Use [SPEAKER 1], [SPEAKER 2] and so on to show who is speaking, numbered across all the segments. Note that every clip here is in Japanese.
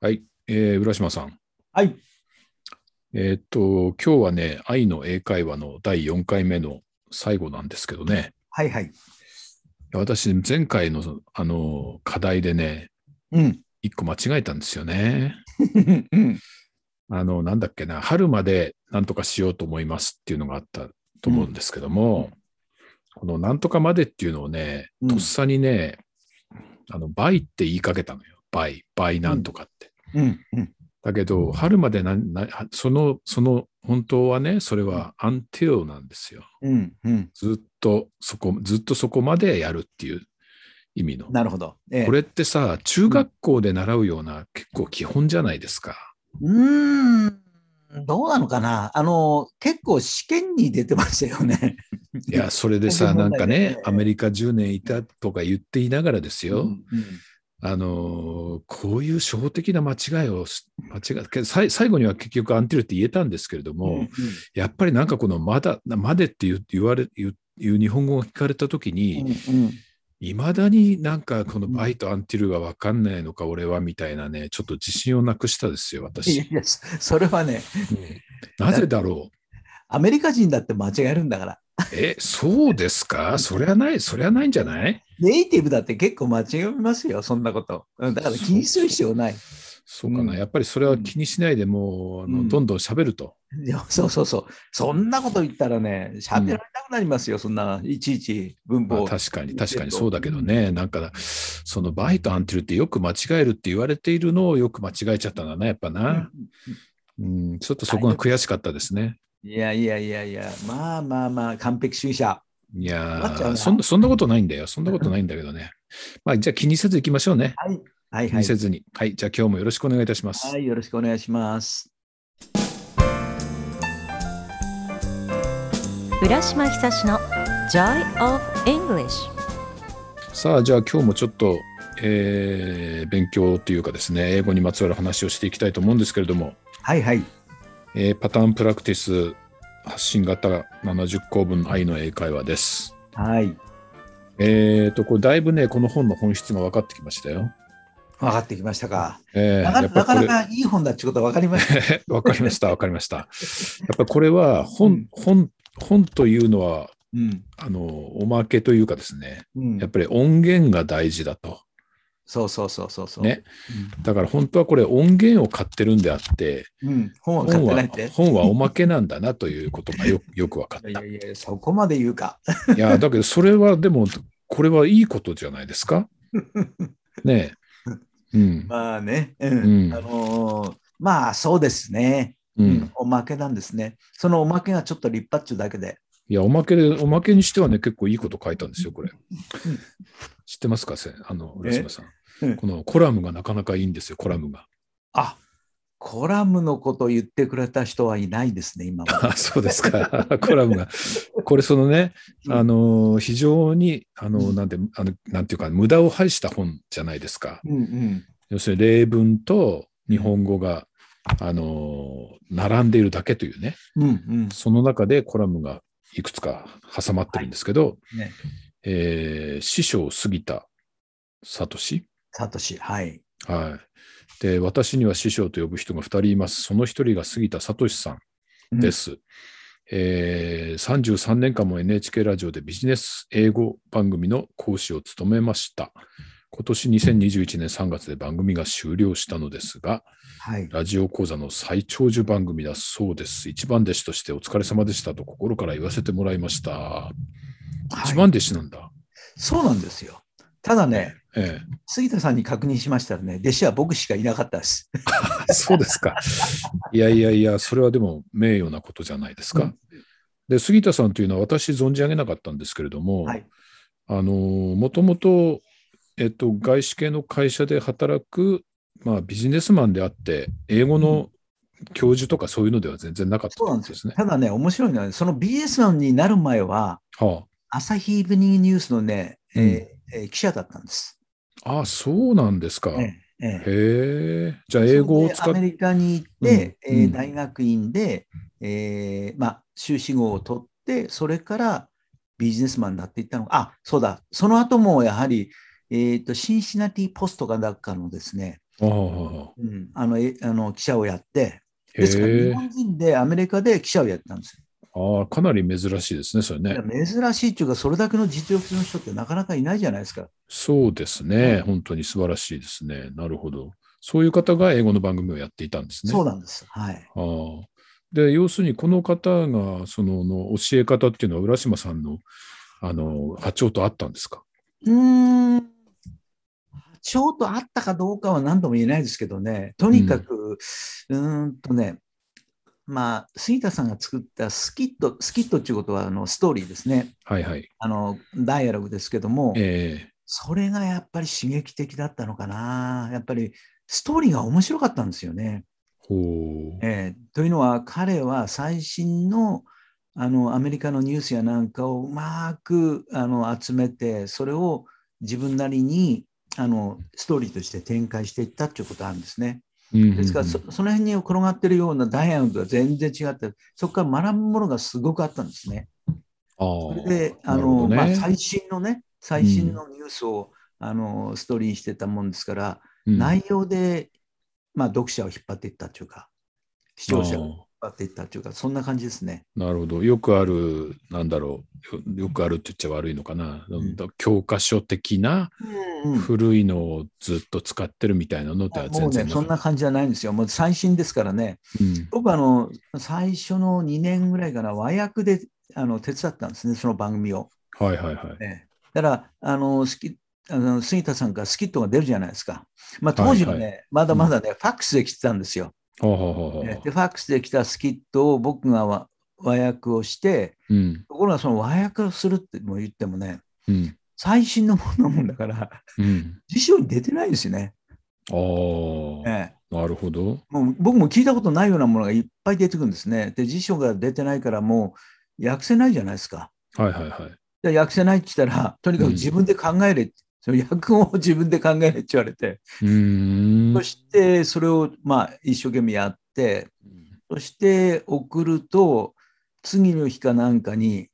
[SPEAKER 1] はい、えー浦島さん。
[SPEAKER 2] はい。
[SPEAKER 1] えーっと、今日はね、愛の英会話の第4回目の最後なんですけどね、
[SPEAKER 2] はいはい。
[SPEAKER 1] 私、前回のあの課題でね、
[SPEAKER 2] うん。
[SPEAKER 1] 1個間違えたんですよね。
[SPEAKER 2] うん。
[SPEAKER 1] あの、なんだっけな、春までなんとかしようと思いますっていうのがあったと思うんですけども、このなんとかまでっていうのをね、
[SPEAKER 2] うん
[SPEAKER 1] とっさにね、あの、倍って言いかけたのよ。倍、倍なんとかって。
[SPEAKER 2] うん。うん。
[SPEAKER 1] だけど、春までななその、その、本当はね、それは until なんですよ。
[SPEAKER 2] うん。うん。
[SPEAKER 1] ずっとそこ、ずっとそこまでやるっていう意味の。
[SPEAKER 2] なるほど。ええ
[SPEAKER 1] これってさ、中学校で習うような結構基本じゃないですか。
[SPEAKER 2] うーん。どうなのかなあの、結構試験に出てましたよね。
[SPEAKER 1] いや、それで
[SPEAKER 2] 基
[SPEAKER 1] さ、な
[SPEAKER 2] 本
[SPEAKER 1] ん
[SPEAKER 2] 問
[SPEAKER 1] か
[SPEAKER 2] 題ですね
[SPEAKER 1] ね、アメリカ10年いたとか言っていながらですよ、
[SPEAKER 2] うん
[SPEAKER 1] あのー、こういう初歩的な間違いをし、間違いけど、さい最後には結局アンティルって言えたんですけれど
[SPEAKER 2] うん
[SPEAKER 1] も、やっぱりなんかこのまだ、までって言う言われ、言う言う日本語が聞かれたときに、
[SPEAKER 2] うんうん
[SPEAKER 1] いまだになんかこのバイとアンティルが分かんないのか、俺はみたいなね、ちょっと自信をなくしたですよ、
[SPEAKER 2] い
[SPEAKER 1] 私。
[SPEAKER 2] やいや、そそれはね、
[SPEAKER 1] なぜだろう。
[SPEAKER 2] アメリカ人だって間違えるんだから。
[SPEAKER 1] え、そうですかそりゃない、そりゃないんじゃない
[SPEAKER 2] ネイティブだって結構間違えますよ、そんなこと。うんだから気にする必要ない。
[SPEAKER 1] そうかな、
[SPEAKER 2] うん
[SPEAKER 1] やっぱりそれは気にしないでもう、あ
[SPEAKER 2] う
[SPEAKER 1] の
[SPEAKER 2] ん
[SPEAKER 1] どんどん喋ると。
[SPEAKER 2] いやそうそうそう。そんなこと言ったらね、喋られなくなりますよ、そんな、いちいち文
[SPEAKER 1] まあ
[SPEAKER 2] 法。
[SPEAKER 1] 確かに、確かにそうだけどね、なんか、そのバイとアンティルってよく間違えるって言われているのをよく間違えちゃったんだな、やっぱな。うん、ちょっとそこが悔しかったですね。
[SPEAKER 2] いやいやいやいや、まあまあまあ、完璧主義者。
[SPEAKER 1] いや
[SPEAKER 2] 困っちゃう
[SPEAKER 1] ー
[SPEAKER 2] な
[SPEAKER 1] そんな、そんなことないんだよ。そんなことないんだけど ね。まあ、じゃあ気にせず行きましょうね。
[SPEAKER 2] はい。はい
[SPEAKER 1] 気
[SPEAKER 2] は
[SPEAKER 1] に
[SPEAKER 2] い。
[SPEAKER 1] せずに。はい、じゃあ今日もよろしくお願いいたします。
[SPEAKER 2] はい、よろしくお願いします。
[SPEAKER 3] 浦島ひさしの Joy of English
[SPEAKER 1] さあ、じゃあ今日もちょっと、えー勉強というかですね、英語にまつわる話をしていきたいと思うんですけれども、
[SPEAKER 2] はいはい。
[SPEAKER 1] えーパターンプラクティス発信型70項分愛の英会話です。
[SPEAKER 2] はい。
[SPEAKER 1] えーと、これだいぶね、この本の本質が分かってきましたよ。
[SPEAKER 2] 分かってきましたか。
[SPEAKER 1] えー
[SPEAKER 2] なか
[SPEAKER 1] や
[SPEAKER 2] な
[SPEAKER 1] っぱりこ
[SPEAKER 2] か
[SPEAKER 1] れ
[SPEAKER 2] なかいい本だってことは分かりました。
[SPEAKER 1] わかりました、わかりました。やっぱこれは本、本、本というのは、
[SPEAKER 2] うん。
[SPEAKER 1] あの、おまけというかですね、
[SPEAKER 2] うん
[SPEAKER 1] やっぱり音源が大事だと。
[SPEAKER 2] そうそうそうそうそう。
[SPEAKER 1] ね。だから本当はこれ音源を買ってるんであって、
[SPEAKER 2] うん。うん本は買
[SPEAKER 1] 本
[SPEAKER 2] ってな
[SPEAKER 1] はい
[SPEAKER 2] って。
[SPEAKER 1] 本はおまけなんだなということがよ よく分かっ
[SPEAKER 2] い
[SPEAKER 1] た
[SPEAKER 2] や。いやいや、そこまで言うか。
[SPEAKER 1] いや、だけどそれはでも、これはいいことじゃないです か。ねえ。うん。
[SPEAKER 2] まあね。う
[SPEAKER 1] うん
[SPEAKER 2] ん。あのーまあそうですね。
[SPEAKER 1] う。
[SPEAKER 2] うんおまけなんですね。そのおまけがちょっと立派っちゅうだけで。
[SPEAKER 1] いや、おまけで、おまけにしてはね、結構いいこと書いたんですよ、これ。知ってますか、せあの、浦島さ。
[SPEAKER 2] えうんん
[SPEAKER 1] このコラムがなかなかいいんですよ、コラムが。
[SPEAKER 2] あコラムのことを言ってくれた人はいないですね、今まで
[SPEAKER 1] あそうですか、 コラムが。これ、そのね、あの、非常に、あの、なんて、あのなんていうか、無駄を排した本じゃないですか。
[SPEAKER 2] うんうん。
[SPEAKER 1] 要するに例文と日本語が、あの、並んでいるだけというね、
[SPEAKER 2] うんうん。
[SPEAKER 1] その中でコラムがいくつか挟まってるんですけど、
[SPEAKER 2] ね。
[SPEAKER 1] えー師匠杉田聡
[SPEAKER 2] サトシ、はい。
[SPEAKER 1] はい。で、私には師匠と呼ぶ人が2人います。その1人が杉田聡さんで。す。えー33年間も NHK ラジオでビジネス英語番組の講師を務めました。今年2021年3月で番組が終了したのですが、
[SPEAKER 2] はい。
[SPEAKER 1] ラジオ講座の最長寿番組だそうです。一番弟子としてお疲れ様でしたと心から言わせてもらいました。一
[SPEAKER 2] は
[SPEAKER 1] 番
[SPEAKER 2] い
[SPEAKER 1] 弟子なんだ。
[SPEAKER 2] そうなんですよ。ただね、
[SPEAKER 1] え
[SPEAKER 2] 杉田さんに確認しましたらね、弟子は僕しかいなかったです。
[SPEAKER 1] え、 そうですか。いやいやいや、それはでも名誉なことじゃないですか。
[SPEAKER 2] うん
[SPEAKER 1] で、杉田さんというのは私存じ上げなかったんですけれども、
[SPEAKER 2] はい。
[SPEAKER 1] あの、もともと、えっと、外資系の会社で働く、まあ、ビジネスマンであって、英語の教授とかそういうのでは全然なかった
[SPEAKER 2] そうなん
[SPEAKER 1] と
[SPEAKER 2] で
[SPEAKER 1] い
[SPEAKER 2] すよ。
[SPEAKER 1] ね。
[SPEAKER 2] ただね、面白いのは、その BS マンになる前は、
[SPEAKER 1] は
[SPEAKER 2] 朝日イブニングニュースのね、えーえー記者だったんです。
[SPEAKER 1] あ、ああ、そうなんですか。
[SPEAKER 2] ええええ
[SPEAKER 1] へえ。じゃあ英語を
[SPEAKER 2] そ
[SPEAKER 1] 使
[SPEAKER 2] れ
[SPEAKER 1] っ
[SPEAKER 2] でアメリカに行って、
[SPEAKER 1] うん
[SPEAKER 2] えー
[SPEAKER 1] うん
[SPEAKER 2] 大学院で、えーまあ、修士号を取って、それからビジネスマンになっていったのが、あそうだ、その後もやはり、えー、とシンシナティ・ポストかなんかのですね、
[SPEAKER 1] ああ、
[SPEAKER 2] うん、あのえあの記者をやって、
[SPEAKER 1] へ
[SPEAKER 2] ですから日
[SPEAKER 1] え。
[SPEAKER 2] 本人でアメリカで記者をやったんです
[SPEAKER 1] ああ、かなり珍しいですね、それ
[SPEAKER 2] よ。
[SPEAKER 1] ね。
[SPEAKER 2] いや珍しいというか、それだけの実力の人ってなかなかいないじゃないですか。
[SPEAKER 1] そうですね。本当に素晴らしいですね。なるほど。そういう方が英語の番組をやっていたんですね。
[SPEAKER 2] そうなんです。はい。
[SPEAKER 1] ああで要するにこの方がそのの教え方っていうのは浦島さんのあの波長とあったんですか
[SPEAKER 2] うーん。ちょうどあったかどうかは何度も言えないですけどね、とにかく、うーんとね、まあ、杉田さんが作ったスキット、スキットっていうことはあのストーリーですね、
[SPEAKER 1] はいはい。
[SPEAKER 2] あのダイアログですけども、
[SPEAKER 1] え
[SPEAKER 2] それがやっぱり刺激的だったのかな、やっぱりストーリーが面白かったんですよね。
[SPEAKER 1] ー、ほう。
[SPEAKER 2] えーというのは彼は最新のあのアメリカのニュースやなんかをうまくあの集めてそれを自分なりにあのストーリーとして展開していったということなんですね。
[SPEAKER 1] で
[SPEAKER 2] ですからそその辺に転がってるようなダイヤモンドは全然違ってそこから学ぶものがすごくあったんですね。
[SPEAKER 1] あ
[SPEAKER 2] そ
[SPEAKER 1] ー
[SPEAKER 2] れで
[SPEAKER 1] な
[SPEAKER 2] あ
[SPEAKER 1] るほど
[SPEAKER 2] の、
[SPEAKER 1] ね
[SPEAKER 2] まあ、最新のね最新のニュースを、あのストーリーにしてたもんですから、
[SPEAKER 1] うん
[SPEAKER 2] 内容で、まあ、読者を引っ張っていったというか視聴者を
[SPEAKER 1] あ
[SPEAKER 2] 引っ
[SPEAKER 1] ー
[SPEAKER 2] 張っていったというかそんな感じですね。
[SPEAKER 1] なるほど。よくある、なんだろう。よよくあるって言っちゃ悪いのかな。
[SPEAKER 2] ん
[SPEAKER 1] 教科書的な
[SPEAKER 2] うん
[SPEAKER 1] 古いのをずっと使ってるみたいなのっては
[SPEAKER 2] も
[SPEAKER 1] 全
[SPEAKER 2] う
[SPEAKER 1] 然な
[SPEAKER 2] ねそん
[SPEAKER 1] かっ
[SPEAKER 2] な感じじゃないんですよ。もう最新ですからね。
[SPEAKER 1] たうん
[SPEAKER 2] 僕あの最初の2年ぐらいから和訳であの手伝ったんですねその番組を。
[SPEAKER 1] はいはいはい。
[SPEAKER 2] ねだからあのスキあの杉田さんからスキットが出るじゃないですか。まあ、当時はね、
[SPEAKER 1] はい
[SPEAKER 2] まだまだね、ファックスで来てたんですよ。
[SPEAKER 1] はあはあはあは
[SPEAKER 2] ね
[SPEAKER 1] あ
[SPEAKER 2] でファックスで来たスキットを僕が和和訳をして
[SPEAKER 1] うん
[SPEAKER 2] ところがその和訳をするっても言ってもね
[SPEAKER 1] うん
[SPEAKER 2] 最新のものもんだから
[SPEAKER 1] うん。
[SPEAKER 2] 辞書に出てないんですよね。
[SPEAKER 1] ああ、
[SPEAKER 2] ええ
[SPEAKER 1] なるほど。
[SPEAKER 2] もう僕も聞いたことないようなものがいっぱい出てくるんですね。で辞書が出てないからもう訳せないじゃないですか。
[SPEAKER 1] はいはいはい。
[SPEAKER 2] で訳せないって言ったらとにかく自分で考えれ、その訳語を自分で考えれって言われて
[SPEAKER 1] うーん
[SPEAKER 2] そ。してそれをまあ一生懸命やってそして送ると次の日かなんかに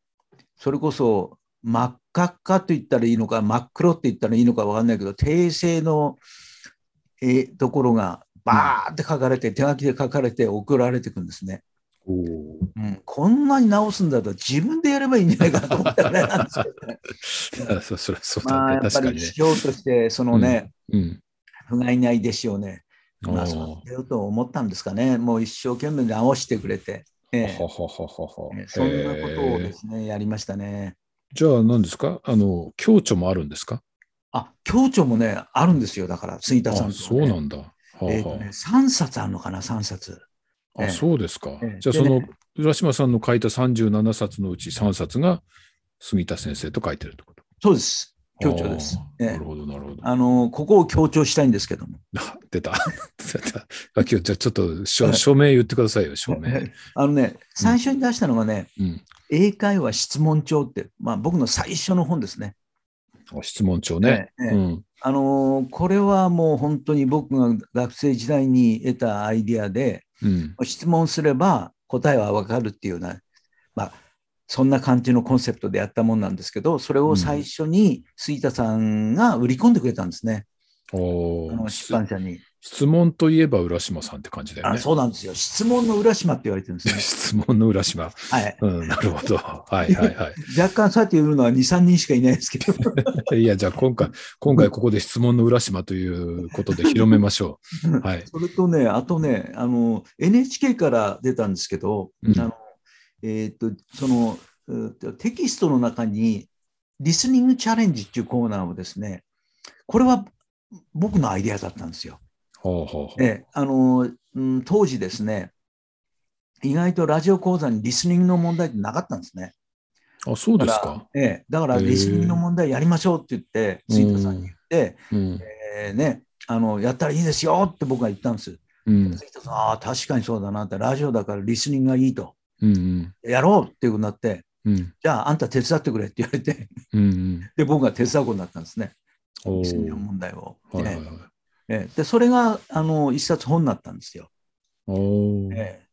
[SPEAKER 2] それこそ真っ赤っかと言ったらいいのか真っ黒って言ったらいいのか分かんないけど訂正のえーところがバーって書かれて手書きで書かれて送られてくんですね。
[SPEAKER 1] おお
[SPEAKER 2] うん、こんなに直すんだったら自分でやればいいんじゃないかと思ったぐらいなんですけどね。
[SPEAKER 1] ー。 そそりゃそう
[SPEAKER 2] ま
[SPEAKER 1] だ
[SPEAKER 2] あ
[SPEAKER 1] ね。
[SPEAKER 2] やっぱ
[SPEAKER 1] 確かに
[SPEAKER 2] り
[SPEAKER 1] ね。
[SPEAKER 2] 市場としてそのね、
[SPEAKER 1] うん。
[SPEAKER 2] 不甲斐ない弟子をね、まあ、
[SPEAKER 1] おー
[SPEAKER 2] 育てようと思ったんですかね。もう一生懸命直してくれて。ええ
[SPEAKER 1] ははははは
[SPEAKER 2] ええそんなことを
[SPEAKER 1] へ
[SPEAKER 2] で
[SPEAKER 1] ー
[SPEAKER 2] すね、やりましたね。
[SPEAKER 1] じゃあ何ですかあの、共著もあるんですか
[SPEAKER 2] あ、共著もね、あるんですよ、だから、杉田さん、
[SPEAKER 1] あ、そうなんだ。はあ
[SPEAKER 2] えーと
[SPEAKER 1] は
[SPEAKER 2] ね、3冊あるのかな、3冊。
[SPEAKER 1] あ。
[SPEAKER 2] え
[SPEAKER 1] あ、
[SPEAKER 2] え
[SPEAKER 1] そうですか
[SPEAKER 2] ええ。
[SPEAKER 1] じゃあ
[SPEAKER 2] で
[SPEAKER 1] そ
[SPEAKER 2] ね
[SPEAKER 1] の、浦島さんの書いた37冊のうち3冊が杉田先生と書いてるってこと。
[SPEAKER 2] そうです。共著です
[SPEAKER 1] あ。ー
[SPEAKER 2] え
[SPEAKER 1] な
[SPEAKER 2] え
[SPEAKER 1] るほど、なるほど。
[SPEAKER 2] あの、ここを強調したいんですけども。
[SPEAKER 1] あ出た。出た。あ今日、じゃあちょっと、しょ
[SPEAKER 2] はい
[SPEAKER 1] 署名言ってくださいよ、署名。
[SPEAKER 2] あのね、最初に出したのがね、
[SPEAKER 1] うん。
[SPEAKER 2] 英会話質問帳って、まあ、僕の最初の本ですね。
[SPEAKER 1] あ質問帳ね。
[SPEAKER 2] ええええ
[SPEAKER 1] うん。
[SPEAKER 2] あのこれはもう本当に僕が学生時代に得たアイディアで、
[SPEAKER 1] うん。
[SPEAKER 2] 質問すれば答えはわかるっていうような、まあ、そんな感じのコンセプトでやったもんなんですけど、それを最初に杉田さんが売り込んでくれたんですね、
[SPEAKER 1] お
[SPEAKER 2] あ
[SPEAKER 1] ー
[SPEAKER 2] の出版社に。
[SPEAKER 1] 質問といえば浦島さんって感じだよ
[SPEAKER 2] あ
[SPEAKER 1] ね。
[SPEAKER 2] そうなんですよ。質問の浦島って言われてるんですね。
[SPEAKER 1] 質問の浦島。
[SPEAKER 2] はい、
[SPEAKER 1] うん、なるほ ど。はいはいは
[SPEAKER 2] 若干そうやって言うのは2、3人しかいないですけど、
[SPEAKER 1] い。いや、じゃあ今回、今回ここで質問の浦島ということで広めましょう。はい。
[SPEAKER 2] それとね、あとね、あの NHK から出たんですけど、
[SPEAKER 1] うん
[SPEAKER 2] あのえーっとそのうーっとテキストの中に、リスニングチャレンジっていうコーナーをですね、これは僕のアイデアだったんですよ。
[SPEAKER 1] ほうほうほう。
[SPEAKER 2] ええあのうん、当時ですね、意外とラジオ講座にリスニングの問題ってなかったんですね。
[SPEAKER 1] あ、そうです
[SPEAKER 2] だ
[SPEAKER 1] か。
[SPEAKER 2] ええ、だから
[SPEAKER 1] へえ
[SPEAKER 2] リスニングの問題やりましょうって言って、杉田さんに言って、
[SPEAKER 1] うん。
[SPEAKER 2] えーね、あのやったらいいですよって僕が言ったんです。
[SPEAKER 1] うん。
[SPEAKER 2] 杉田さん、ああ、確かにそうだなって、ラジオだからリスニングがいいと、
[SPEAKER 1] うん。
[SPEAKER 2] やろうっていうことになって、
[SPEAKER 1] うん。
[SPEAKER 2] じゃあ、あんた手伝ってくれって言われて、
[SPEAKER 1] うん。
[SPEAKER 2] で、僕が手伝うことになったんですね、
[SPEAKER 1] お
[SPEAKER 2] リスニングの
[SPEAKER 1] ー
[SPEAKER 2] 問題を。
[SPEAKER 1] はいはい
[SPEAKER 2] え
[SPEAKER 1] はい。
[SPEAKER 2] えええで、それがあの一冊本になったんですよ。
[SPEAKER 1] おー
[SPEAKER 2] ええ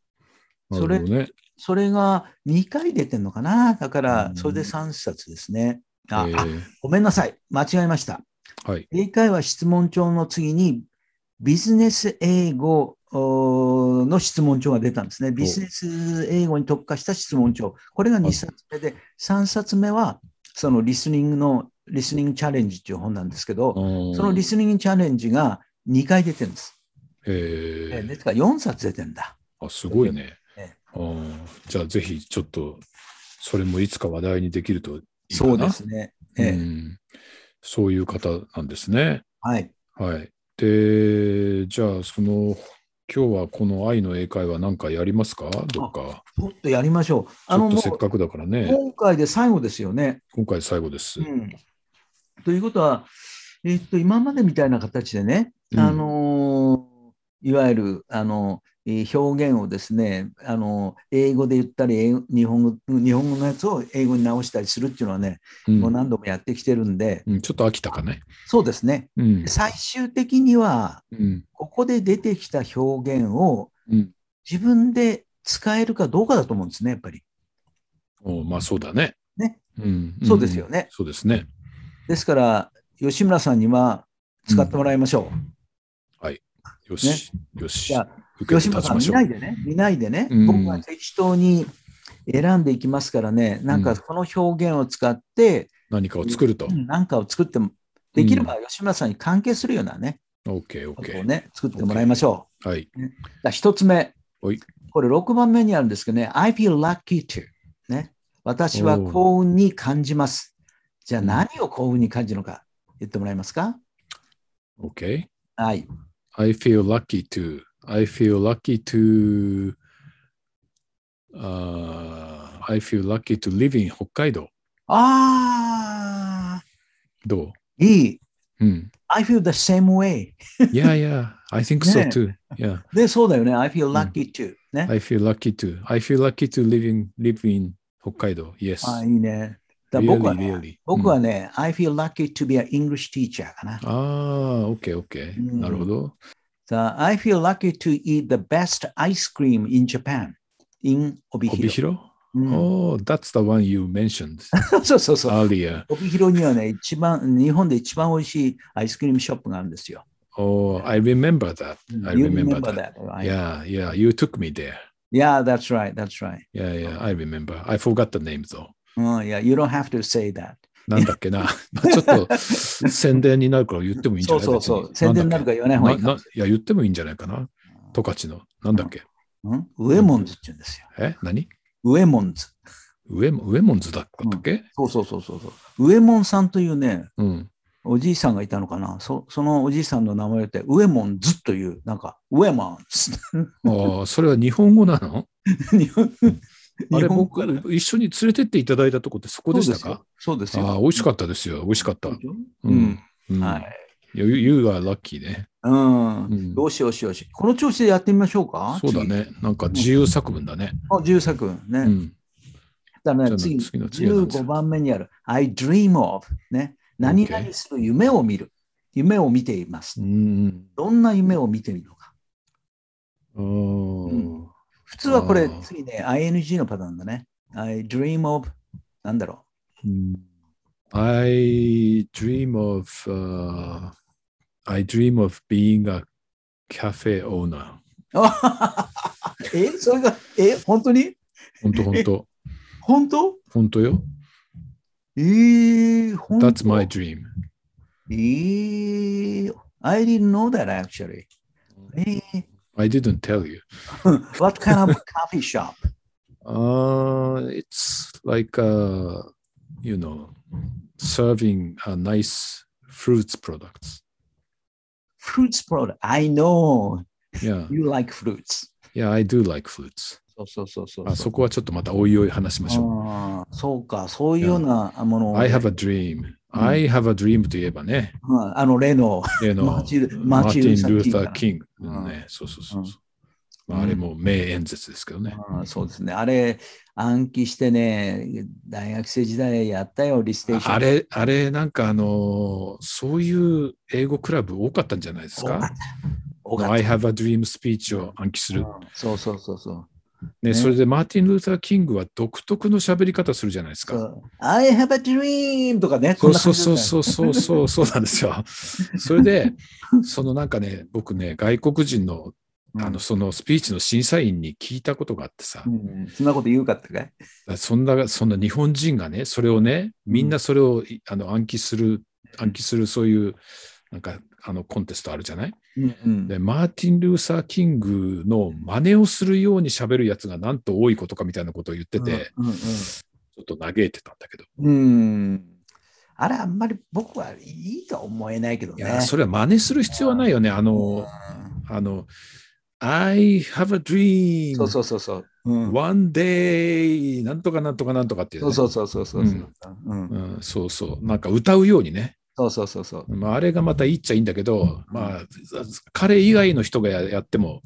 [SPEAKER 1] なるほどね。
[SPEAKER 2] それが2回出てんのかなだか
[SPEAKER 1] う
[SPEAKER 2] ら
[SPEAKER 1] ん、
[SPEAKER 2] それで3冊ですね。あ、
[SPEAKER 1] え
[SPEAKER 2] あごめんなさい。間違えました。
[SPEAKER 1] ーはい。
[SPEAKER 2] 英会話質問帳の次に、ビジネス英語おの質問帳が出たんですね。ビジネス英語に特化した質問帳。これが2冊目で、3冊目は、そのリスニングの、リスニングチャレンジっていう本なんですけど、そのリスニングチャレンジが2回出てるんです。え
[SPEAKER 1] え
[SPEAKER 2] ですから4冊出てるんだ。
[SPEAKER 1] あ、すごいね
[SPEAKER 2] え。
[SPEAKER 1] あーじゃあ、ぜひちょっと、それもいつか話題にできるといいかな。
[SPEAKER 2] そうですね。ええ
[SPEAKER 1] うんそういう方なんですね。
[SPEAKER 2] はい。
[SPEAKER 1] はい。で、じゃあ、その、今日はこの愛の英会話なんかやりますかどっか。
[SPEAKER 2] ちょっとやりましょう。
[SPEAKER 1] ち
[SPEAKER 2] あの、
[SPEAKER 1] ょっ
[SPEAKER 2] も
[SPEAKER 1] と
[SPEAKER 2] う
[SPEAKER 1] せっかくだからね。
[SPEAKER 2] 今回で最後ですよね。
[SPEAKER 1] 今回最後です。
[SPEAKER 2] うんということは、えっと、今までみたいな形でね、
[SPEAKER 1] うん
[SPEAKER 2] あのーいわゆる、あのえー表現をですね、あの英語で言ったり英語日本語、日本語のやつを英語に直したりするっていうのはね、
[SPEAKER 1] うん
[SPEAKER 2] もう何度もやってきてるんで、
[SPEAKER 1] うんちょっと飽きたかね。
[SPEAKER 2] そうですね、
[SPEAKER 1] うん。
[SPEAKER 2] 最終的には、
[SPEAKER 1] うん。
[SPEAKER 2] ここで出てきた表現を
[SPEAKER 1] うん
[SPEAKER 2] 自分で使えるかどうかだと思うんですね、やっぱり。
[SPEAKER 1] おまあ、そうだね。
[SPEAKER 2] ね
[SPEAKER 1] うん。ん
[SPEAKER 2] そうですよね
[SPEAKER 1] そうですね。
[SPEAKER 2] ですから、吉村さんには使ってもらいましょう。
[SPEAKER 1] よし。よし
[SPEAKER 2] じゃあ。
[SPEAKER 1] 受けて
[SPEAKER 2] 吉村
[SPEAKER 1] 立ち
[SPEAKER 2] さん
[SPEAKER 1] ま
[SPEAKER 2] 見
[SPEAKER 1] しょ。
[SPEAKER 2] ないうでね、見ないでね、
[SPEAKER 1] うん
[SPEAKER 2] 僕は適当に選んでいきますからね、なん
[SPEAKER 1] う
[SPEAKER 2] か
[SPEAKER 1] ん
[SPEAKER 2] この表現を使って、
[SPEAKER 1] 何かを作ると。
[SPEAKER 2] なんかを作っても、できれば吉村さんに関係するようなね、
[SPEAKER 1] OK、
[SPEAKER 2] こと
[SPEAKER 1] OK
[SPEAKER 2] を。ね、作ってもらいましょ
[SPEAKER 1] はい。
[SPEAKER 2] う。だから一つ目
[SPEAKER 1] ほい、
[SPEAKER 2] これ6番目にあるんですけどね、I feel lucky to、ね。私は幸運に感じます。じゃあ何を幸運に感じるのか言ってもらえますか
[SPEAKER 1] OK。
[SPEAKER 2] はい。
[SPEAKER 1] I feel lucky to. I feel lucky to. Uh, I feel lucky to live in 北海道。
[SPEAKER 2] あ
[SPEAKER 1] ど
[SPEAKER 2] ー、いい。
[SPEAKER 1] ううん
[SPEAKER 2] I feel the same way.
[SPEAKER 1] ?Yeah, yeah. I think so
[SPEAKER 2] ね
[SPEAKER 1] too. Yeah.
[SPEAKER 2] で、そうだよね。I feel lucky to、ね。
[SPEAKER 1] I feel lucky to. I feel lucky to live in, live in 北海道。Yes.
[SPEAKER 2] あいいね。だ
[SPEAKER 1] Really,
[SPEAKER 2] 僕はね、
[SPEAKER 1] really.
[SPEAKER 2] 僕はね、I feel lucky to be an English teacher かな。
[SPEAKER 1] うんああ、OK, OK、
[SPEAKER 2] うん
[SPEAKER 1] なるほど。
[SPEAKER 2] さあ I feel lucky to eat the best ice cream in Japan in 帯
[SPEAKER 1] 帯
[SPEAKER 2] 広。
[SPEAKER 1] 広
[SPEAKER 2] うん
[SPEAKER 1] Oh, Uh, that's the one you mentioned
[SPEAKER 2] そう そうそう。
[SPEAKER 1] earlier.
[SPEAKER 2] 帯広にはね、一番、日本で一番美味しいアイスクリームショップがあるんですよ。
[SPEAKER 1] Oh, I remember that. I
[SPEAKER 2] You
[SPEAKER 1] remember that.
[SPEAKER 2] that, right?
[SPEAKER 1] Yeah, yeah. You took me there.
[SPEAKER 2] Yeah, that's right, that's right.
[SPEAKER 1] Yeah, yeah, I remember. I forgot the name though.
[SPEAKER 2] うん、yeah, you don't have to say that.
[SPEAKER 1] なんだっ けな。まあちょっと宣伝になるから言ってもいいんじゃ
[SPEAKER 2] そ
[SPEAKER 1] な
[SPEAKER 2] う
[SPEAKER 1] い
[SPEAKER 2] そうそう。
[SPEAKER 1] 別
[SPEAKER 2] 宣伝になるから言わない方がいい
[SPEAKER 1] な
[SPEAKER 2] か
[SPEAKER 1] ないや、言ってもいいんじゃないかな。十勝の。なんだっけ
[SPEAKER 2] も。うんウェモンズって言うんですよ。
[SPEAKER 1] え何
[SPEAKER 2] ウェモンズ。
[SPEAKER 1] ウェモウェモンズだったっけ、
[SPEAKER 2] そうそうそうそうそう。ウェモンさんというね、
[SPEAKER 1] うん、
[SPEAKER 2] おじいさんがいたのかなそそのおじいさんの名前って、ウェモンズという、なんか、ウェモンズ。
[SPEAKER 1] ああ、それは日本語な の
[SPEAKER 2] 日本
[SPEAKER 1] あ
[SPEAKER 2] 日
[SPEAKER 1] れ
[SPEAKER 2] 本
[SPEAKER 1] 僕
[SPEAKER 2] からこ、
[SPEAKER 1] 一緒に連れてっていただいたとこってそこでしたか
[SPEAKER 2] そうですよ。
[SPEAKER 1] ああ、美味しかったですよ。美味しかった。
[SPEAKER 2] そうでしょ
[SPEAKER 1] う
[SPEAKER 2] うんん。
[SPEAKER 1] うん
[SPEAKER 2] はい。
[SPEAKER 1] You, you are lucky ね。
[SPEAKER 2] うん。
[SPEAKER 1] うん
[SPEAKER 2] よしよしよし。この調子でやってみましょうか。
[SPEAKER 1] そうだね。なんか自由作文だね。
[SPEAKER 2] 次。あ、重作君ね。
[SPEAKER 1] うん。
[SPEAKER 2] だから
[SPEAKER 1] じゃ
[SPEAKER 2] ね、
[SPEAKER 1] あ
[SPEAKER 2] 次、
[SPEAKER 1] 次の次は何ですか
[SPEAKER 2] 15番目にある、I dream of。ね。何々する夢を見る。夢を見ています
[SPEAKER 1] う。ん。
[SPEAKER 2] どんな夢を見ているのか。
[SPEAKER 1] うん
[SPEAKER 2] 普通はこれ
[SPEAKER 1] あー、
[SPEAKER 2] 次ね、ING のパターンだね。I dream of、なんだろ
[SPEAKER 1] I dream of uh, I dream of being a cafe owner.
[SPEAKER 2] う。 え、それが、え、本当に
[SPEAKER 1] 本当本 当
[SPEAKER 2] 本当
[SPEAKER 1] 本当よ。
[SPEAKER 2] えー、本当
[SPEAKER 1] That's my dream.
[SPEAKER 2] えー、I didn't know that actually. えー
[SPEAKER 1] I didn't tell you.
[SPEAKER 2] What kind of coffee shop?
[SPEAKER 1] Uh, it's like uh, you know, serving a nice fruits products.
[SPEAKER 2] Fruits product. I know
[SPEAKER 1] Yeah,
[SPEAKER 2] you like fruits.
[SPEAKER 1] yeah, I do like fruits.
[SPEAKER 2] そうそうそうそう。
[SPEAKER 1] あそこはちょっとまたおいおい話しましょ
[SPEAKER 2] あーそうか、そういうようなもの
[SPEAKER 1] う。
[SPEAKER 2] を
[SPEAKER 1] I
[SPEAKER 2] ね、
[SPEAKER 1] have a dream. I have a dream といえばね。
[SPEAKER 2] うんあの例の、
[SPEAKER 1] 例の
[SPEAKER 2] マーチル
[SPEAKER 1] マーチン・ルーター・
[SPEAKER 2] マーチ
[SPEAKER 1] キング
[SPEAKER 2] ルーターキングかな
[SPEAKER 1] ね。そうそうそうそう。
[SPEAKER 2] うん
[SPEAKER 1] まあ、あれも名演説ですけどね。
[SPEAKER 2] うんそうですね。あれ、暗記してね、大学生時代やったよ、リステーション。
[SPEAKER 1] あれ、あれ、なんかあのー、そういう英語クラブ多かったんじゃないです
[SPEAKER 2] 多かっ
[SPEAKER 1] か
[SPEAKER 2] た多かった
[SPEAKER 1] ?I have a dream speech を暗記する。
[SPEAKER 2] うんそうそうそうそう。
[SPEAKER 1] ね
[SPEAKER 2] ね
[SPEAKER 1] それでマーティン・ルーサー・キングは独特の喋り方するじゃないです
[SPEAKER 2] そ
[SPEAKER 1] か。
[SPEAKER 2] う I have a dream! とかね、
[SPEAKER 1] そ
[SPEAKER 2] ん
[SPEAKER 1] う
[SPEAKER 2] な
[SPEAKER 1] そ
[SPEAKER 2] 感
[SPEAKER 1] うそう
[SPEAKER 2] じだ
[SPEAKER 1] そうそうそうそうなんです よ。それで、そのなんかね、僕ね、外国人の
[SPEAKER 2] ったよね
[SPEAKER 1] あのそのスピーチの審査員に聞いたことがあってさ、
[SPEAKER 2] うんうんそんなこと言うかったかい
[SPEAKER 1] そんな、そんな日本人がね、それをね、みんなそれを、いあの暗記する、暗記するそういう、なんか、あの、コンテストあるじゃない
[SPEAKER 2] うんうん
[SPEAKER 1] で、マーティン・ルーサー・キングの真似をするように喋るやつがなんと多いことかみたいなことを言ってて、
[SPEAKER 2] うんうん
[SPEAKER 1] ちょっと嘆いてたんだけど、
[SPEAKER 2] うんうんあれ、あんまり僕はいいとは思えないけど
[SPEAKER 1] い
[SPEAKER 2] ね。
[SPEAKER 1] や、それは真似する必要はないよね。あの、
[SPEAKER 2] う
[SPEAKER 1] あの、I have a
[SPEAKER 2] ん
[SPEAKER 1] dream,
[SPEAKER 2] そうそうそうそう。うん
[SPEAKER 1] one day, なんとかなんとかなんとかっていう、
[SPEAKER 2] そう
[SPEAKER 1] ね。
[SPEAKER 2] そうそうそうそう。うん
[SPEAKER 1] うん、そうそう。なんか歌うようにね。
[SPEAKER 2] そうそうそうそう。
[SPEAKER 1] まあ、あれがまたいいっちゃいいんだけど、まあ、彼以外の人がややっても、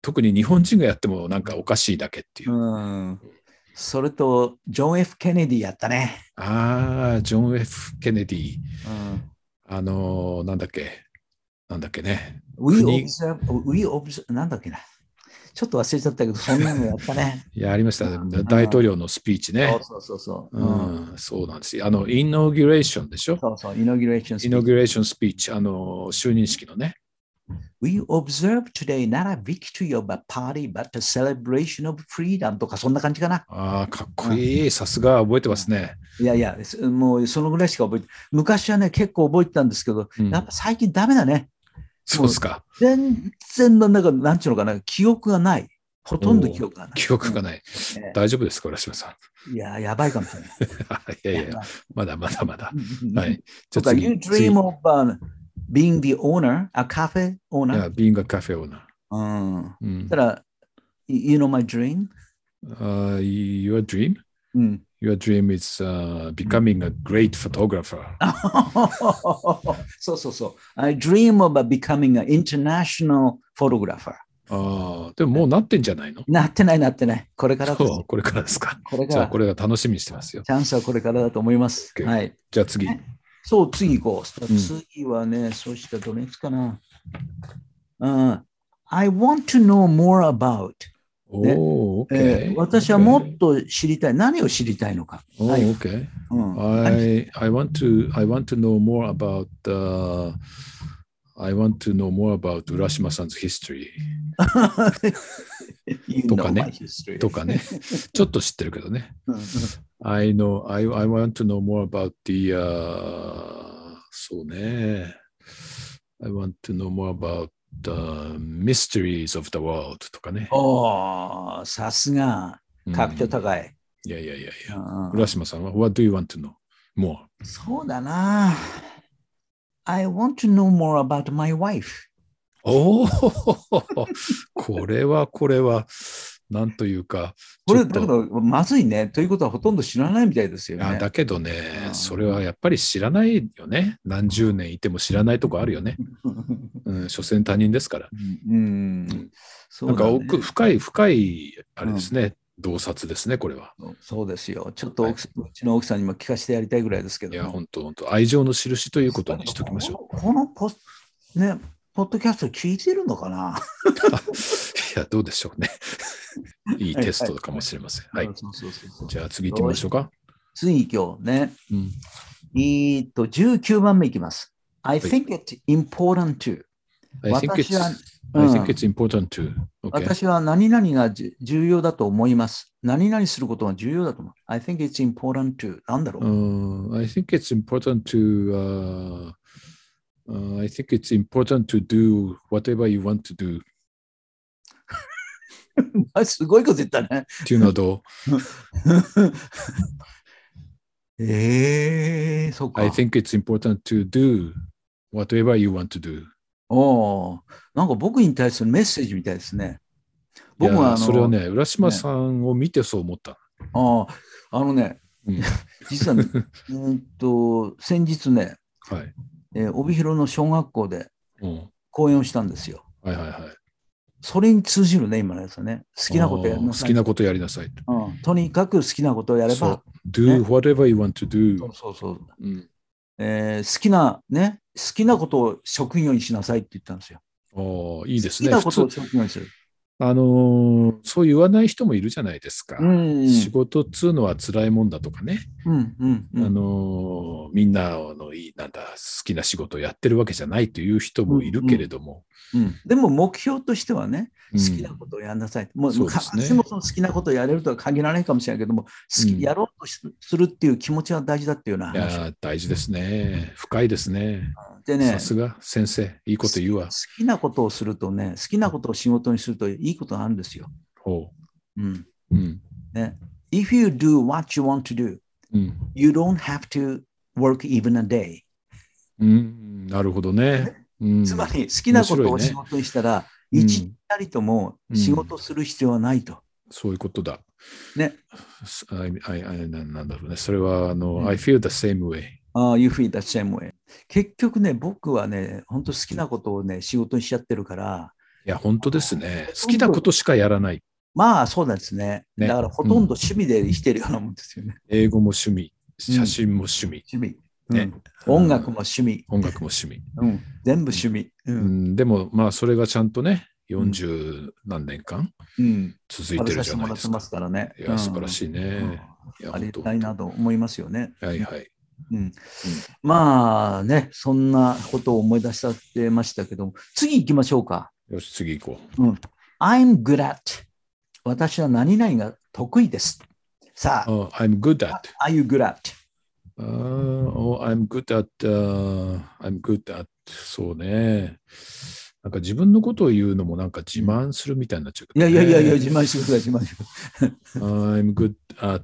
[SPEAKER 1] 特に日本人がやってもなんかおかしいだけっていう。
[SPEAKER 2] うん。それと、ジョン・ F ・ケネディやったね。
[SPEAKER 1] ああ、ジョン・ F ・ケネディ、
[SPEAKER 2] うん
[SPEAKER 1] あのーなんだっけ、なんだっけね。
[SPEAKER 2] We
[SPEAKER 1] 国
[SPEAKER 2] observe, we observe, なんだっけな。ちょっと忘れちゃったけど、そんなのやったね。
[SPEAKER 1] いや、ありました
[SPEAKER 2] うん。
[SPEAKER 1] 大統領のスピーチね。
[SPEAKER 2] そうそうそうそう。
[SPEAKER 1] う
[SPEAKER 2] う
[SPEAKER 1] ん、
[SPEAKER 2] ん
[SPEAKER 1] そうなんですよ。あの、イノギュレーションでしょ。
[SPEAKER 2] そうそう、イノギュレーションス
[SPEAKER 1] イ
[SPEAKER 2] ピー
[SPEAKER 1] ノ
[SPEAKER 2] チ
[SPEAKER 1] ギュレーションスピーチ、あのー、就任式のね。
[SPEAKER 2] We observe today not a victory of a party, but a celebration of freedom とか、そんな感じかな。
[SPEAKER 1] ああ、かっこいい。さすが覚えてますね。
[SPEAKER 2] いやいや、すもうそのぐらいしか覚えて、昔はね、結構覚えてたんですけど、
[SPEAKER 1] うん
[SPEAKER 2] やっぱ最近ダメだね。
[SPEAKER 1] そうですか。
[SPEAKER 2] 全然なんだか、なんちゅうのかな、記憶がない。ほとんど記憶 がない。
[SPEAKER 1] 記憶がない。
[SPEAKER 2] うんね
[SPEAKER 1] 大丈夫ですか、浦島さん。
[SPEAKER 2] いや、やばいかもしれない。
[SPEAKER 1] いやいや、まだまだまだ。
[SPEAKER 2] は
[SPEAKER 1] はい。。じ
[SPEAKER 2] と
[SPEAKER 1] ゃあ
[SPEAKER 2] か、
[SPEAKER 1] 次
[SPEAKER 2] You
[SPEAKER 1] 次
[SPEAKER 2] dream of、uh, being the owner, a cafe
[SPEAKER 1] い
[SPEAKER 2] owner.
[SPEAKER 1] やビンガカフェオーナー。
[SPEAKER 2] う
[SPEAKER 1] う
[SPEAKER 2] ん。
[SPEAKER 1] ん
[SPEAKER 2] たら、You know my dream?
[SPEAKER 1] あー your dream?
[SPEAKER 2] うん。
[SPEAKER 1] Your dream is、becoming a great photographer.
[SPEAKER 2] そうそうそう。I dream of becoming an international photographer.
[SPEAKER 1] ああ、でももうなってんじゃないの
[SPEAKER 2] なってないなってない。これからです
[SPEAKER 1] そう、これからですか。
[SPEAKER 2] これか
[SPEAKER 1] じゃあ
[SPEAKER 2] ら。
[SPEAKER 1] これが楽しみにしてますよ。
[SPEAKER 2] チャンスはこれからだと思います。
[SPEAKER 1] OK
[SPEAKER 2] はい。
[SPEAKER 1] じゃあ次。
[SPEAKER 2] そう、次行こう。
[SPEAKER 1] うん
[SPEAKER 2] 次はね、そうしたらどれにつかな。うん。I want to know more about.
[SPEAKER 1] おお、
[SPEAKER 2] えー
[SPEAKER 1] OK。
[SPEAKER 2] 私はもっと知りたい。何を知りたいのか。
[SPEAKER 1] お
[SPEAKER 2] はい
[SPEAKER 1] ー OK。
[SPEAKER 2] うん、
[SPEAKER 1] I, I, want to, I want to know more about、uh, I want to know more about 浦島さん 's history とかね
[SPEAKER 2] You know my history.
[SPEAKER 1] と かね。ちょっと知ってるけどね。
[SPEAKER 2] うんうん
[SPEAKER 1] I know, I, I want to know more about the, uh, そうね。I want to know more about the mysteries of the world とかね。
[SPEAKER 2] おーさすが、
[SPEAKER 1] うん
[SPEAKER 2] 格調高い。
[SPEAKER 1] いやいやいやいや。
[SPEAKER 2] うんうん
[SPEAKER 1] 浦島さんは、What do you want to know more?
[SPEAKER 2] そうだな。I want to know more about my wife.
[SPEAKER 1] おお これはこれは、なんというか。
[SPEAKER 2] これ、
[SPEAKER 1] ちょっ
[SPEAKER 2] だ
[SPEAKER 1] と
[SPEAKER 2] けど、まずいね。ということはほとんど知らないみたいですよ
[SPEAKER 1] あ
[SPEAKER 2] ね。
[SPEAKER 1] だけど
[SPEAKER 2] う
[SPEAKER 1] ね、
[SPEAKER 2] ん
[SPEAKER 1] それはやっぱり知らないよね。何十年いても知らないとこあるよね。うん、所詮他人ですから。
[SPEAKER 2] うん、そ
[SPEAKER 1] なん
[SPEAKER 2] うだ
[SPEAKER 1] か
[SPEAKER 2] ね
[SPEAKER 1] 奥、深い、深い、あれですね、洞察ですね、これは。
[SPEAKER 2] そうですよ。ちょっと奥さん、うちの奥さんにも聞かせてやりたいぐらいですけど。
[SPEAKER 1] いや、本当本当愛情の印ということにしときましょ
[SPEAKER 2] このこのポスね、ポッドキャスト聞いてるのかな、
[SPEAKER 1] う。いや、どうでしょうね。いいテストかもしれません。はい。
[SPEAKER 2] そうそうそうそう
[SPEAKER 1] じゃあ次行ってみましょうか。
[SPEAKER 2] 次今日ね、
[SPEAKER 1] うん、
[SPEAKER 2] えーっと、19番目いきます。I
[SPEAKER 1] はい
[SPEAKER 2] think it's important to、
[SPEAKER 1] I think it's,
[SPEAKER 2] 私は
[SPEAKER 1] I
[SPEAKER 2] うん
[SPEAKER 1] think it's important to. Okay.
[SPEAKER 2] 私は何々がじ重要だと思います。何々することが重要だと思う。I think it's important to なんだろう、
[SPEAKER 1] Uh, I think it's important to. Uh, uh, I think it's important to do whatever you want to do.
[SPEAKER 2] あ すごいこと言ったね。
[SPEAKER 1] っていうのはどう
[SPEAKER 2] えー、そっか。
[SPEAKER 1] I think it's important to do whatever you want to do.
[SPEAKER 2] おーなんか僕に対するメッセージみたいですね。僕
[SPEAKER 1] いや
[SPEAKER 2] はあの
[SPEAKER 1] それはね、浦島さんを見てそう思った。
[SPEAKER 2] あーあのね、
[SPEAKER 1] うん
[SPEAKER 2] 実 は、ね、うーんと先日ね、
[SPEAKER 1] はい。
[SPEAKER 2] えー帯広の小学校で
[SPEAKER 1] うん、
[SPEAKER 2] 講演をしたんですよ。
[SPEAKER 1] はいはいはい。
[SPEAKER 2] それに通じるね、今のやつはね。好きなことやりな
[SPEAKER 1] あー
[SPEAKER 2] さ
[SPEAKER 1] 好
[SPEAKER 2] い
[SPEAKER 1] き。なことやりなさいと。
[SPEAKER 2] うん、とにかく好きなことをやれ
[SPEAKER 1] そ
[SPEAKER 2] ば
[SPEAKER 1] う、。Do whatever you want to do.
[SPEAKER 2] そうそうそう
[SPEAKER 1] うん
[SPEAKER 2] えー好きな、ね、好きなことを職業にしなさいって言ったんですよ。
[SPEAKER 1] ああ、いいです
[SPEAKER 2] 好き
[SPEAKER 1] ね。
[SPEAKER 2] なこ
[SPEAKER 1] 普
[SPEAKER 2] とを
[SPEAKER 1] 通
[SPEAKER 2] 職業にする。
[SPEAKER 1] あのーそう言わない人もいるじゃないですか。
[SPEAKER 2] うん
[SPEAKER 1] 仕事っつうのは辛いもんだとかね、
[SPEAKER 2] うんうんうん
[SPEAKER 1] あのーみんなのいいなんだ好きな仕事をやってるわけじゃないという人もいるけれども、
[SPEAKER 2] うんでも目標としてはね、
[SPEAKER 1] うん
[SPEAKER 2] 好きなことをやんなさい。もう
[SPEAKER 1] そうで
[SPEAKER 2] 必
[SPEAKER 1] すね
[SPEAKER 2] ずしもその好きなことをやれるとは限らないかもしれないけども、好
[SPEAKER 1] うん
[SPEAKER 2] きやろうとしするっていう気持ちは大事だっていうようない
[SPEAKER 1] や
[SPEAKER 2] 話。
[SPEAKER 1] ー大事ですね深いですね
[SPEAKER 2] でね
[SPEAKER 1] さ、すが先生いいこと言うわ
[SPEAKER 2] 好きなことをするとね、好きなことを仕事にするといいことがあるんですよ。
[SPEAKER 1] ほ
[SPEAKER 2] うん、
[SPEAKER 1] ううん
[SPEAKER 2] ね If you do what you want to do,
[SPEAKER 1] うん、
[SPEAKER 2] you don't have to work even a day.
[SPEAKER 1] うん、なるほどね、うん、
[SPEAKER 2] つまり、好きなことを
[SPEAKER 1] 面白いね
[SPEAKER 2] 仕事にしたら、
[SPEAKER 1] うん
[SPEAKER 2] 一日たりとも仕事する必要はないと。
[SPEAKER 1] そういうことだ
[SPEAKER 2] ね
[SPEAKER 1] I, I, I, ななんだろうねそれはあの、
[SPEAKER 2] うん
[SPEAKER 1] I feel the same way
[SPEAKER 2] ああ、you feel the same way. 結局ね、僕はね、本当好きなことをね、仕事にしちゃってるから、
[SPEAKER 1] いや本当ですね好きなことしかやらない
[SPEAKER 2] まあそうなんですね。
[SPEAKER 1] ね
[SPEAKER 2] だからほとんど趣味で生きてるようなもんですよね。
[SPEAKER 1] 英語も趣味写真も趣味、
[SPEAKER 2] 趣味。
[SPEAKER 1] ね
[SPEAKER 2] うん音楽も趣味。
[SPEAKER 1] 音楽も趣味
[SPEAKER 2] うん、全部趣味。う。
[SPEAKER 1] うんん、でもまあそれがちゃんとね40何年間
[SPEAKER 2] うん。
[SPEAKER 1] 続いてるじゃないですか。
[SPEAKER 2] 食べさせてもらってますからね。
[SPEAKER 1] いや素晴らしい
[SPEAKER 2] い
[SPEAKER 1] ね。いや
[SPEAKER 2] あり
[SPEAKER 1] 本
[SPEAKER 2] が
[SPEAKER 1] 当
[SPEAKER 2] たいなと思いますよね。
[SPEAKER 1] はいはい。
[SPEAKER 2] うんまあね、そんなことを思い出しさせてましたけども、次行きましょうか。
[SPEAKER 1] よし次行こ
[SPEAKER 2] I'm good at 私は何々が得意です。さあ、
[SPEAKER 1] う。あ I'm good at.
[SPEAKER 2] Are you good at?
[SPEAKER 1] あー oh, I'm good at.、I'm good at. そうね。なんか自分のことを言うのもなんか自慢するみたいになっちゃう
[SPEAKER 2] い
[SPEAKER 1] けど
[SPEAKER 2] や
[SPEAKER 1] ね、
[SPEAKER 2] いやいやいや、自慢してください、自慢してくださ
[SPEAKER 1] I'm good at.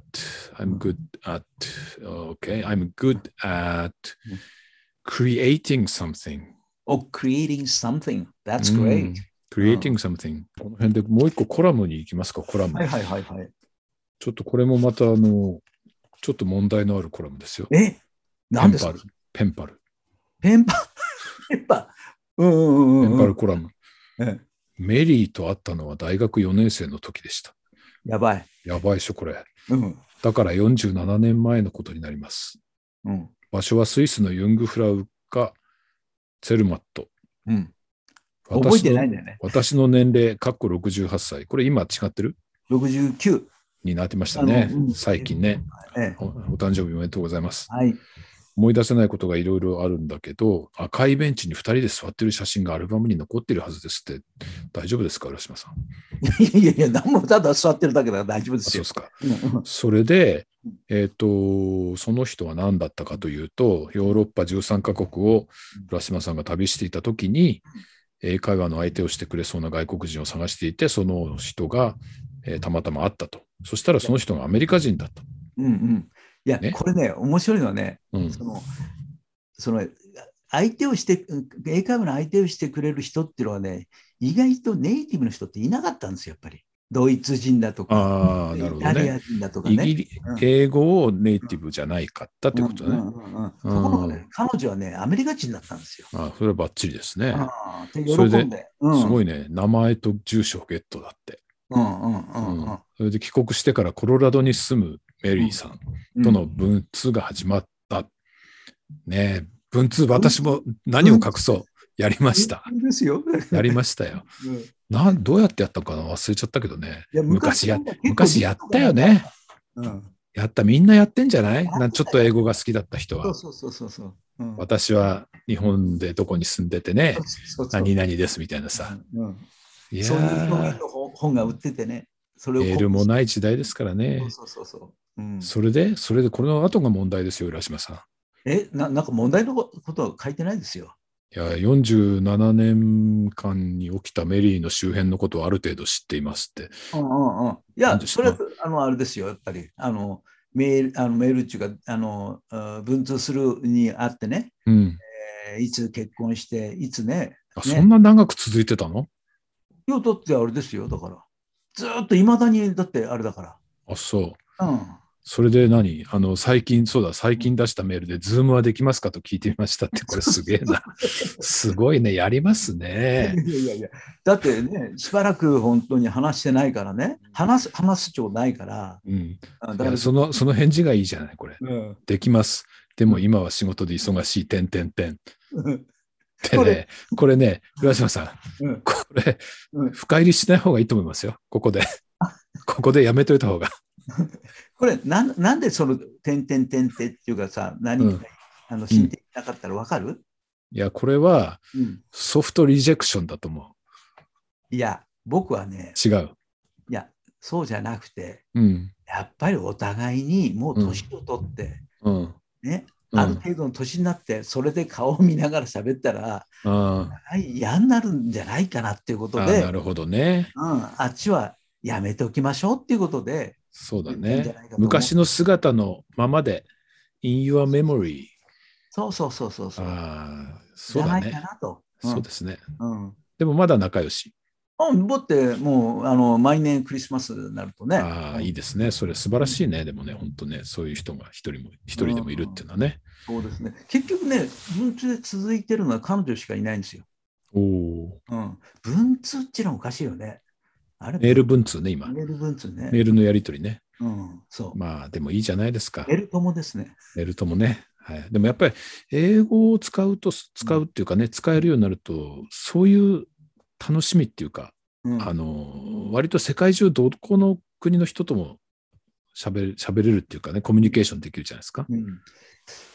[SPEAKER 1] I'm good at. Okay. I'm good at creating something.
[SPEAKER 2] い。Oh, creating something. That's
[SPEAKER 1] う
[SPEAKER 2] great.
[SPEAKER 1] ん creating something. この辺でもう一個コラムに行きますか、コラム。
[SPEAKER 2] はいはいはいはい。
[SPEAKER 1] ちょっとこれもまたあの、ちょっと問題のあるコラムですよ。
[SPEAKER 2] え何です
[SPEAKER 1] ペン
[SPEAKER 2] か
[SPEAKER 1] パル。ペンパル。
[SPEAKER 2] ペンパ、ペンパ。 うんうん
[SPEAKER 1] ペ
[SPEAKER 2] う
[SPEAKER 1] ン
[SPEAKER 2] んう
[SPEAKER 1] パ
[SPEAKER 2] ん
[SPEAKER 1] ルコラム。
[SPEAKER 2] うん。
[SPEAKER 1] メリーと会ったのは大学4年生の時でした。
[SPEAKER 2] やばい。
[SPEAKER 1] やばいっしょ、これ。
[SPEAKER 2] うん。
[SPEAKER 1] だから47年前のことになります。
[SPEAKER 2] うん。
[SPEAKER 1] 場所はスイスのユングフラウか、ツェルマット。
[SPEAKER 2] うん。
[SPEAKER 1] 私の
[SPEAKER 2] 覚えてないんだよね。
[SPEAKER 1] 私の年齢、かっこ68歳。これ今違ってる
[SPEAKER 2] 69。
[SPEAKER 1] になってましたね
[SPEAKER 2] あのうん。
[SPEAKER 1] 最近ね。
[SPEAKER 2] ええ
[SPEAKER 1] おお誕生日おめでとうございます。
[SPEAKER 2] はい。
[SPEAKER 1] 思い出せないことがいろいろあるんだけど、赤いベンチに2人で座ってる写真がアルバムに残ってるはずですって、大丈夫ですか、浦島さん。あ
[SPEAKER 2] いやいや、何もただ座ってるだけだから大丈夫です
[SPEAKER 1] そう
[SPEAKER 2] よ
[SPEAKER 1] で。すか。
[SPEAKER 2] うんうん
[SPEAKER 1] それで、えっ、と、その人は何だったかというと、ヨーロッパ13カ国を浦島さんが旅していたときに、英会話の相手をしてくれそうな外国人を探していて、その人が、えーたまたま会ったと。そしたらその人がアメリカ人だった。
[SPEAKER 2] うんうん。いや、
[SPEAKER 1] ね
[SPEAKER 2] これね、面白いのはね、
[SPEAKER 1] うん
[SPEAKER 2] その、その、相手をして、英会話の相手をしてくれる人っていうのはね、意外とネイティブの人っていなかったんですよ、やっぱり。ドイツ人だとか、
[SPEAKER 1] ああ、なるほ
[SPEAKER 2] イ
[SPEAKER 1] ど
[SPEAKER 2] タリア
[SPEAKER 1] ね。
[SPEAKER 2] 人だとか
[SPEAKER 1] イ
[SPEAKER 2] ね。
[SPEAKER 1] ギリ
[SPEAKER 2] うん
[SPEAKER 1] 英語をネイティブじゃないかったってことね。
[SPEAKER 2] うんうんうんうんところがね、彼女はね、アメリカ人だったんですよ。
[SPEAKER 1] あそれはバッチリですね。
[SPEAKER 2] ああで喜
[SPEAKER 1] それで
[SPEAKER 2] んで。うん
[SPEAKER 1] すごいね。名前と住所をゲットだって。
[SPEAKER 2] うんうんうんうん
[SPEAKER 1] それで帰国してからコロラドに住むメリーさん
[SPEAKER 2] うん
[SPEAKER 1] との文通が始まった。ねえ、文通、私も何を隠そう。やりました。
[SPEAKER 2] 本当ですよ。
[SPEAKER 1] やりましたよ。
[SPEAKER 2] うんい
[SPEAKER 1] なんどうやってやったのかな忘れちゃったけどね。
[SPEAKER 2] や
[SPEAKER 1] 昔や
[SPEAKER 2] なんか結構
[SPEAKER 1] 昔やったよね。
[SPEAKER 2] うん
[SPEAKER 1] やった、みんなやってんじゃないなんちょっと英語が好きだった人
[SPEAKER 2] そう
[SPEAKER 1] は。
[SPEAKER 2] そうそうそうそう。うん
[SPEAKER 1] 私は日本でどこに住んでてね
[SPEAKER 2] そう、そうそう
[SPEAKER 1] 何々ですみたいなさ。
[SPEAKER 2] うん
[SPEAKER 1] いやー
[SPEAKER 2] そういう表現の本本が売っててね。それを
[SPEAKER 1] メールもない時代ですからね
[SPEAKER 2] そう。そうそうそううん
[SPEAKER 1] それで、それでこの後が問題ですよ、浦島さん。
[SPEAKER 2] えな、なんか問題のことは書いてないですよ。
[SPEAKER 1] いや、47年間に起きたメリーの周辺のことをある程度知っていますって。
[SPEAKER 2] うんうんうん。い
[SPEAKER 1] なん
[SPEAKER 2] や、
[SPEAKER 1] でし
[SPEAKER 2] そ
[SPEAKER 1] ょう
[SPEAKER 2] れはあのあれですよ、やっぱり。あのメール、あのメールっていうか、あのあ文通するにあってね、
[SPEAKER 1] うん。
[SPEAKER 2] えーいつ結婚して、いつね。
[SPEAKER 1] あ
[SPEAKER 2] ね
[SPEAKER 1] そんな長く続いてたの
[SPEAKER 2] いや、だってあれですよ、だから。ずーっといまだに、だってあれだか
[SPEAKER 1] あ、そう。
[SPEAKER 2] ら。うん。
[SPEAKER 1] それで何あの、最近、そうだ、最近出したメールで、ズームはできますかと聞いてみましたって、これすげえ な。すごいね、やりますね。
[SPEAKER 2] いやいやいや、だってね、しばらく本当に話してないからね、話す、話す調ないから、
[SPEAKER 1] うん。
[SPEAKER 2] あ
[SPEAKER 1] い
[SPEAKER 2] だか
[SPEAKER 1] や
[SPEAKER 2] ら、
[SPEAKER 1] その、その返事がいいじゃない、これ。
[SPEAKER 2] うん
[SPEAKER 1] できます。でも今は仕事で忙しい、てんてんてん。でね
[SPEAKER 2] これ、
[SPEAKER 1] これね、浦島さん、
[SPEAKER 2] うん
[SPEAKER 1] これ
[SPEAKER 2] うん、
[SPEAKER 1] 深入りしない方がいいと思いますよ、こ こで。ここでやめといた方が。
[SPEAKER 2] これなん、なんでその点点点点っていうかさ、何
[SPEAKER 1] うん
[SPEAKER 2] あの進展しなかったらわかる、
[SPEAKER 1] いや、これは
[SPEAKER 2] うん
[SPEAKER 1] ソフトリジェクションだと思
[SPEAKER 2] いや、僕はね、
[SPEAKER 1] う。違う。
[SPEAKER 2] いや、そうじゃなくて、
[SPEAKER 1] うん。
[SPEAKER 2] やっぱりお互いにもう年を取って、
[SPEAKER 1] うん。
[SPEAKER 2] ね、
[SPEAKER 1] うん
[SPEAKER 2] ある程度の年になって、それで顔を見ながら喋ったら、
[SPEAKER 1] あ
[SPEAKER 2] はい、嫌になるんじゃないかなっていうこ
[SPEAKER 1] ー
[SPEAKER 2] と
[SPEAKER 1] あー、
[SPEAKER 2] で、
[SPEAKER 1] な
[SPEAKER 2] うん、
[SPEAKER 1] るほどね。
[SPEAKER 2] あっちはやめておきましょうっていうことで、
[SPEAKER 1] そうだ
[SPEAKER 2] いいんじゃ
[SPEAKER 1] ね
[SPEAKER 2] ないかと。思う
[SPEAKER 1] 昔の姿のままで、in your memory。
[SPEAKER 2] そうそうそうそうそう、
[SPEAKER 1] ああ、そうだ
[SPEAKER 2] じゃない
[SPEAKER 1] ね。
[SPEAKER 2] かなと。ん
[SPEAKER 1] そうですね。
[SPEAKER 2] うん
[SPEAKER 1] でもまだ仲良し。
[SPEAKER 2] うん、だってもうあの毎年クリスマスになるとね、
[SPEAKER 1] ああ、いいですね。それ素晴らしいね。でもね、本当ね、そういう人が一人も、一人でもいるっていうのはね。
[SPEAKER 2] そうですね結局ね、文通で続いてるのは彼女しかいないんですよ。
[SPEAKER 1] おお
[SPEAKER 2] うん、文通っていうのはおかしいよね。あれ
[SPEAKER 1] ー。メール文通ね、今。
[SPEAKER 2] メール文通ね。
[SPEAKER 1] メールのやり取りね。
[SPEAKER 2] うん、そう。
[SPEAKER 1] まあ、でもいいじゃないですか
[SPEAKER 2] メ。ール友ですね。
[SPEAKER 1] メールともね。はい、でもやっぱり、英語を使うと、使うっていうかね、使えるようになると、そういう楽しみっていうか、
[SPEAKER 2] うん、
[SPEAKER 1] あの、割と世界中どこの国の人とも喋れ喋れるっていうかね、コミュニケーションできるじゃないですか。
[SPEAKER 2] うん、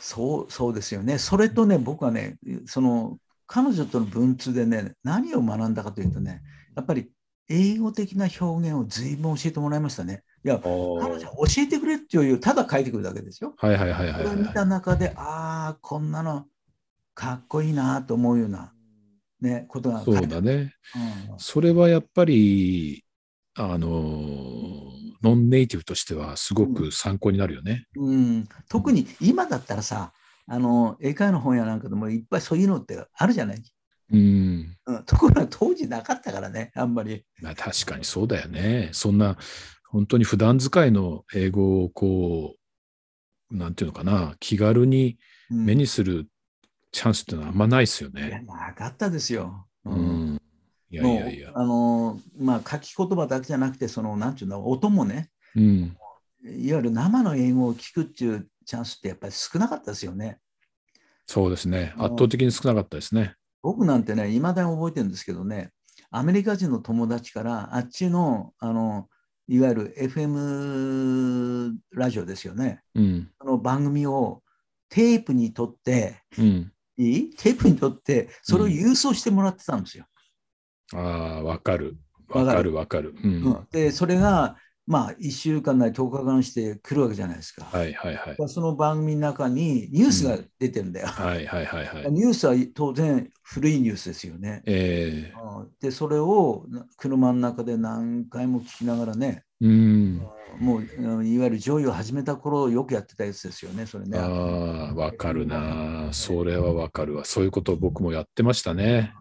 [SPEAKER 2] そうそうですよね。それとね、僕はね、その彼女との文通でね、何を学んだかというとね、やっぱり英語的な表現を随分教えてもらいましたね。いや、彼女は教えてくれっていうより、ただ書いてくるだけですよ。
[SPEAKER 1] はいはいはいは
[SPEAKER 2] こ
[SPEAKER 1] い、
[SPEAKER 2] れ
[SPEAKER 1] は
[SPEAKER 2] を
[SPEAKER 1] い
[SPEAKER 2] 見た中で、ああ、こんなのかっこいいなと思うような、ね、ことが書
[SPEAKER 1] そ
[SPEAKER 2] いうて
[SPEAKER 1] だ
[SPEAKER 2] ある
[SPEAKER 1] ね。
[SPEAKER 2] うん
[SPEAKER 1] それはやっぱり、あの、ノンネイティブとしてはすごく参考になるよね。
[SPEAKER 2] うん、特に今だったらさあの英会話の本屋なんかでもいっぱいそういうのってあるじゃない、
[SPEAKER 1] うん
[SPEAKER 2] うん、ところが当時なかったからねあんまり、
[SPEAKER 1] まあ、確かにそうだよね。そんな、本当に普段使いの英語をこう、なんていうのかな、気軽に
[SPEAKER 2] うん
[SPEAKER 1] 目にするチャンスってのはあんまないですよ
[SPEAKER 2] いや
[SPEAKER 1] ね。
[SPEAKER 2] なかったですよ。
[SPEAKER 1] う
[SPEAKER 2] も
[SPEAKER 1] ん。いうやいやいや。
[SPEAKER 2] あのまあ書き言葉だけじゃなくてそのなんていうの音もね
[SPEAKER 1] うん。
[SPEAKER 2] いわゆる生の英語を聞くっていうチャンスってやっぱり少なかったですよね。
[SPEAKER 1] そうですね。
[SPEAKER 2] うん
[SPEAKER 1] 圧倒的に少なかったですね。
[SPEAKER 2] 僕なんてねいまだに覚えてるんですけどねアメリカ人の友達からあっちのあのいわゆる FM ラジオですよね。
[SPEAKER 1] うん。
[SPEAKER 2] その番組をテープに取って、
[SPEAKER 1] うん。
[SPEAKER 2] いいテープに取って、それを郵送してもらってたんですよ。
[SPEAKER 1] ああ、わかる。わ
[SPEAKER 2] わ
[SPEAKER 1] か
[SPEAKER 2] か
[SPEAKER 1] る
[SPEAKER 2] る
[SPEAKER 1] わかる。うん。
[SPEAKER 2] うんで、それが、まあ、1週間なり10日間して来るわけじゃないですか。
[SPEAKER 1] はいはいはい。
[SPEAKER 2] その番組の中にニュースが出てるんだよ。
[SPEAKER 1] はいはいはいはい。
[SPEAKER 2] ニュースは当然古いニュースですよね。
[SPEAKER 1] え
[SPEAKER 2] うんで、それをな車の中で何回も聞きながらね、
[SPEAKER 1] ー、うん。
[SPEAKER 2] もううんいわゆる上位を始めた頃よくやってたやつですよね、それね。
[SPEAKER 1] ああ、わかるな。それはわかるわ。そういうことを僕もやってましたね。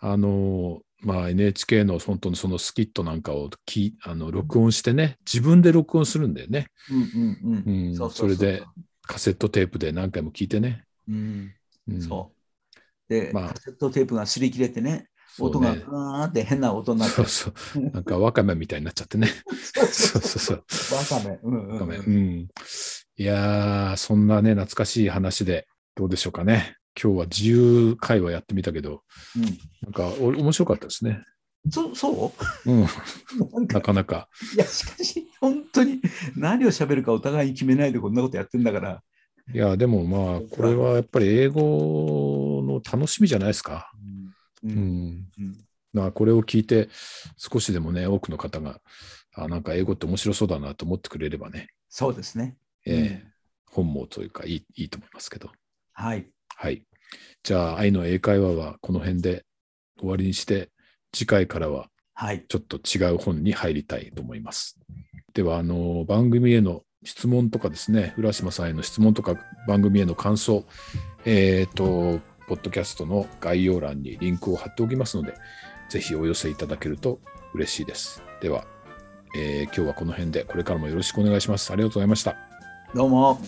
[SPEAKER 1] あの、まあ、NHK の本当にそのスキットなんかをきあの録音してね、自分で録音するんだよね。
[SPEAKER 2] うんうんうん。
[SPEAKER 1] うん
[SPEAKER 2] ううう
[SPEAKER 1] それでカセットテープで何回も聞いてね。
[SPEAKER 2] うん
[SPEAKER 1] うん
[SPEAKER 2] そう。で、
[SPEAKER 1] まあ
[SPEAKER 2] カセットテープが擦り切れてね、
[SPEAKER 1] そう
[SPEAKER 2] 音
[SPEAKER 1] ね
[SPEAKER 2] がガーンって変な音になって
[SPEAKER 1] そうそう。なんかワカメみたいになっちゃってね。そうそうそう。
[SPEAKER 2] わかめ。うん うん
[SPEAKER 1] ワカメ。
[SPEAKER 2] う
[SPEAKER 1] うんん。いやー、そんなね、懐かしい話で、どうでしょうかね。今日は自由会話やってみたけど、なんかお面白かったですね。
[SPEAKER 2] そそ
[SPEAKER 1] うん、
[SPEAKER 2] うなん
[SPEAKER 1] な
[SPEAKER 2] か、
[SPEAKER 1] かなか。
[SPEAKER 2] いや、しかし、本当に何を喋るかお互いに決めないでこんなことやってんだから。
[SPEAKER 1] いや、でもまあ、これはやっぱり英語の楽しみじゃないですか。
[SPEAKER 2] う
[SPEAKER 1] うんん。
[SPEAKER 2] うん
[SPEAKER 1] まあこれを聞いて、少しでもね、多くの方が、あなんか英語って面白そうだなと思ってくれればね、
[SPEAKER 2] そうですね。
[SPEAKER 1] えー
[SPEAKER 2] うん
[SPEAKER 1] 本望というかいい、いいと思いますけど。
[SPEAKER 2] はい。
[SPEAKER 1] はい。じゃあ、愛の英会話はこの辺で終わりにして、次回からは
[SPEAKER 2] はい。
[SPEAKER 1] ちょっと違う本に入りたいと思います。では、あの、番組への質問とかですね、浦島さんへの質問とか、番組への感想、えっ、と、ポッドキャストの概要欄にリンクを貼っておきますので、ぜひお寄せいただけると嬉しいです。では、えー今日はこの辺で、これからもよろしくお願いします。ありがとうございました。
[SPEAKER 2] どうも。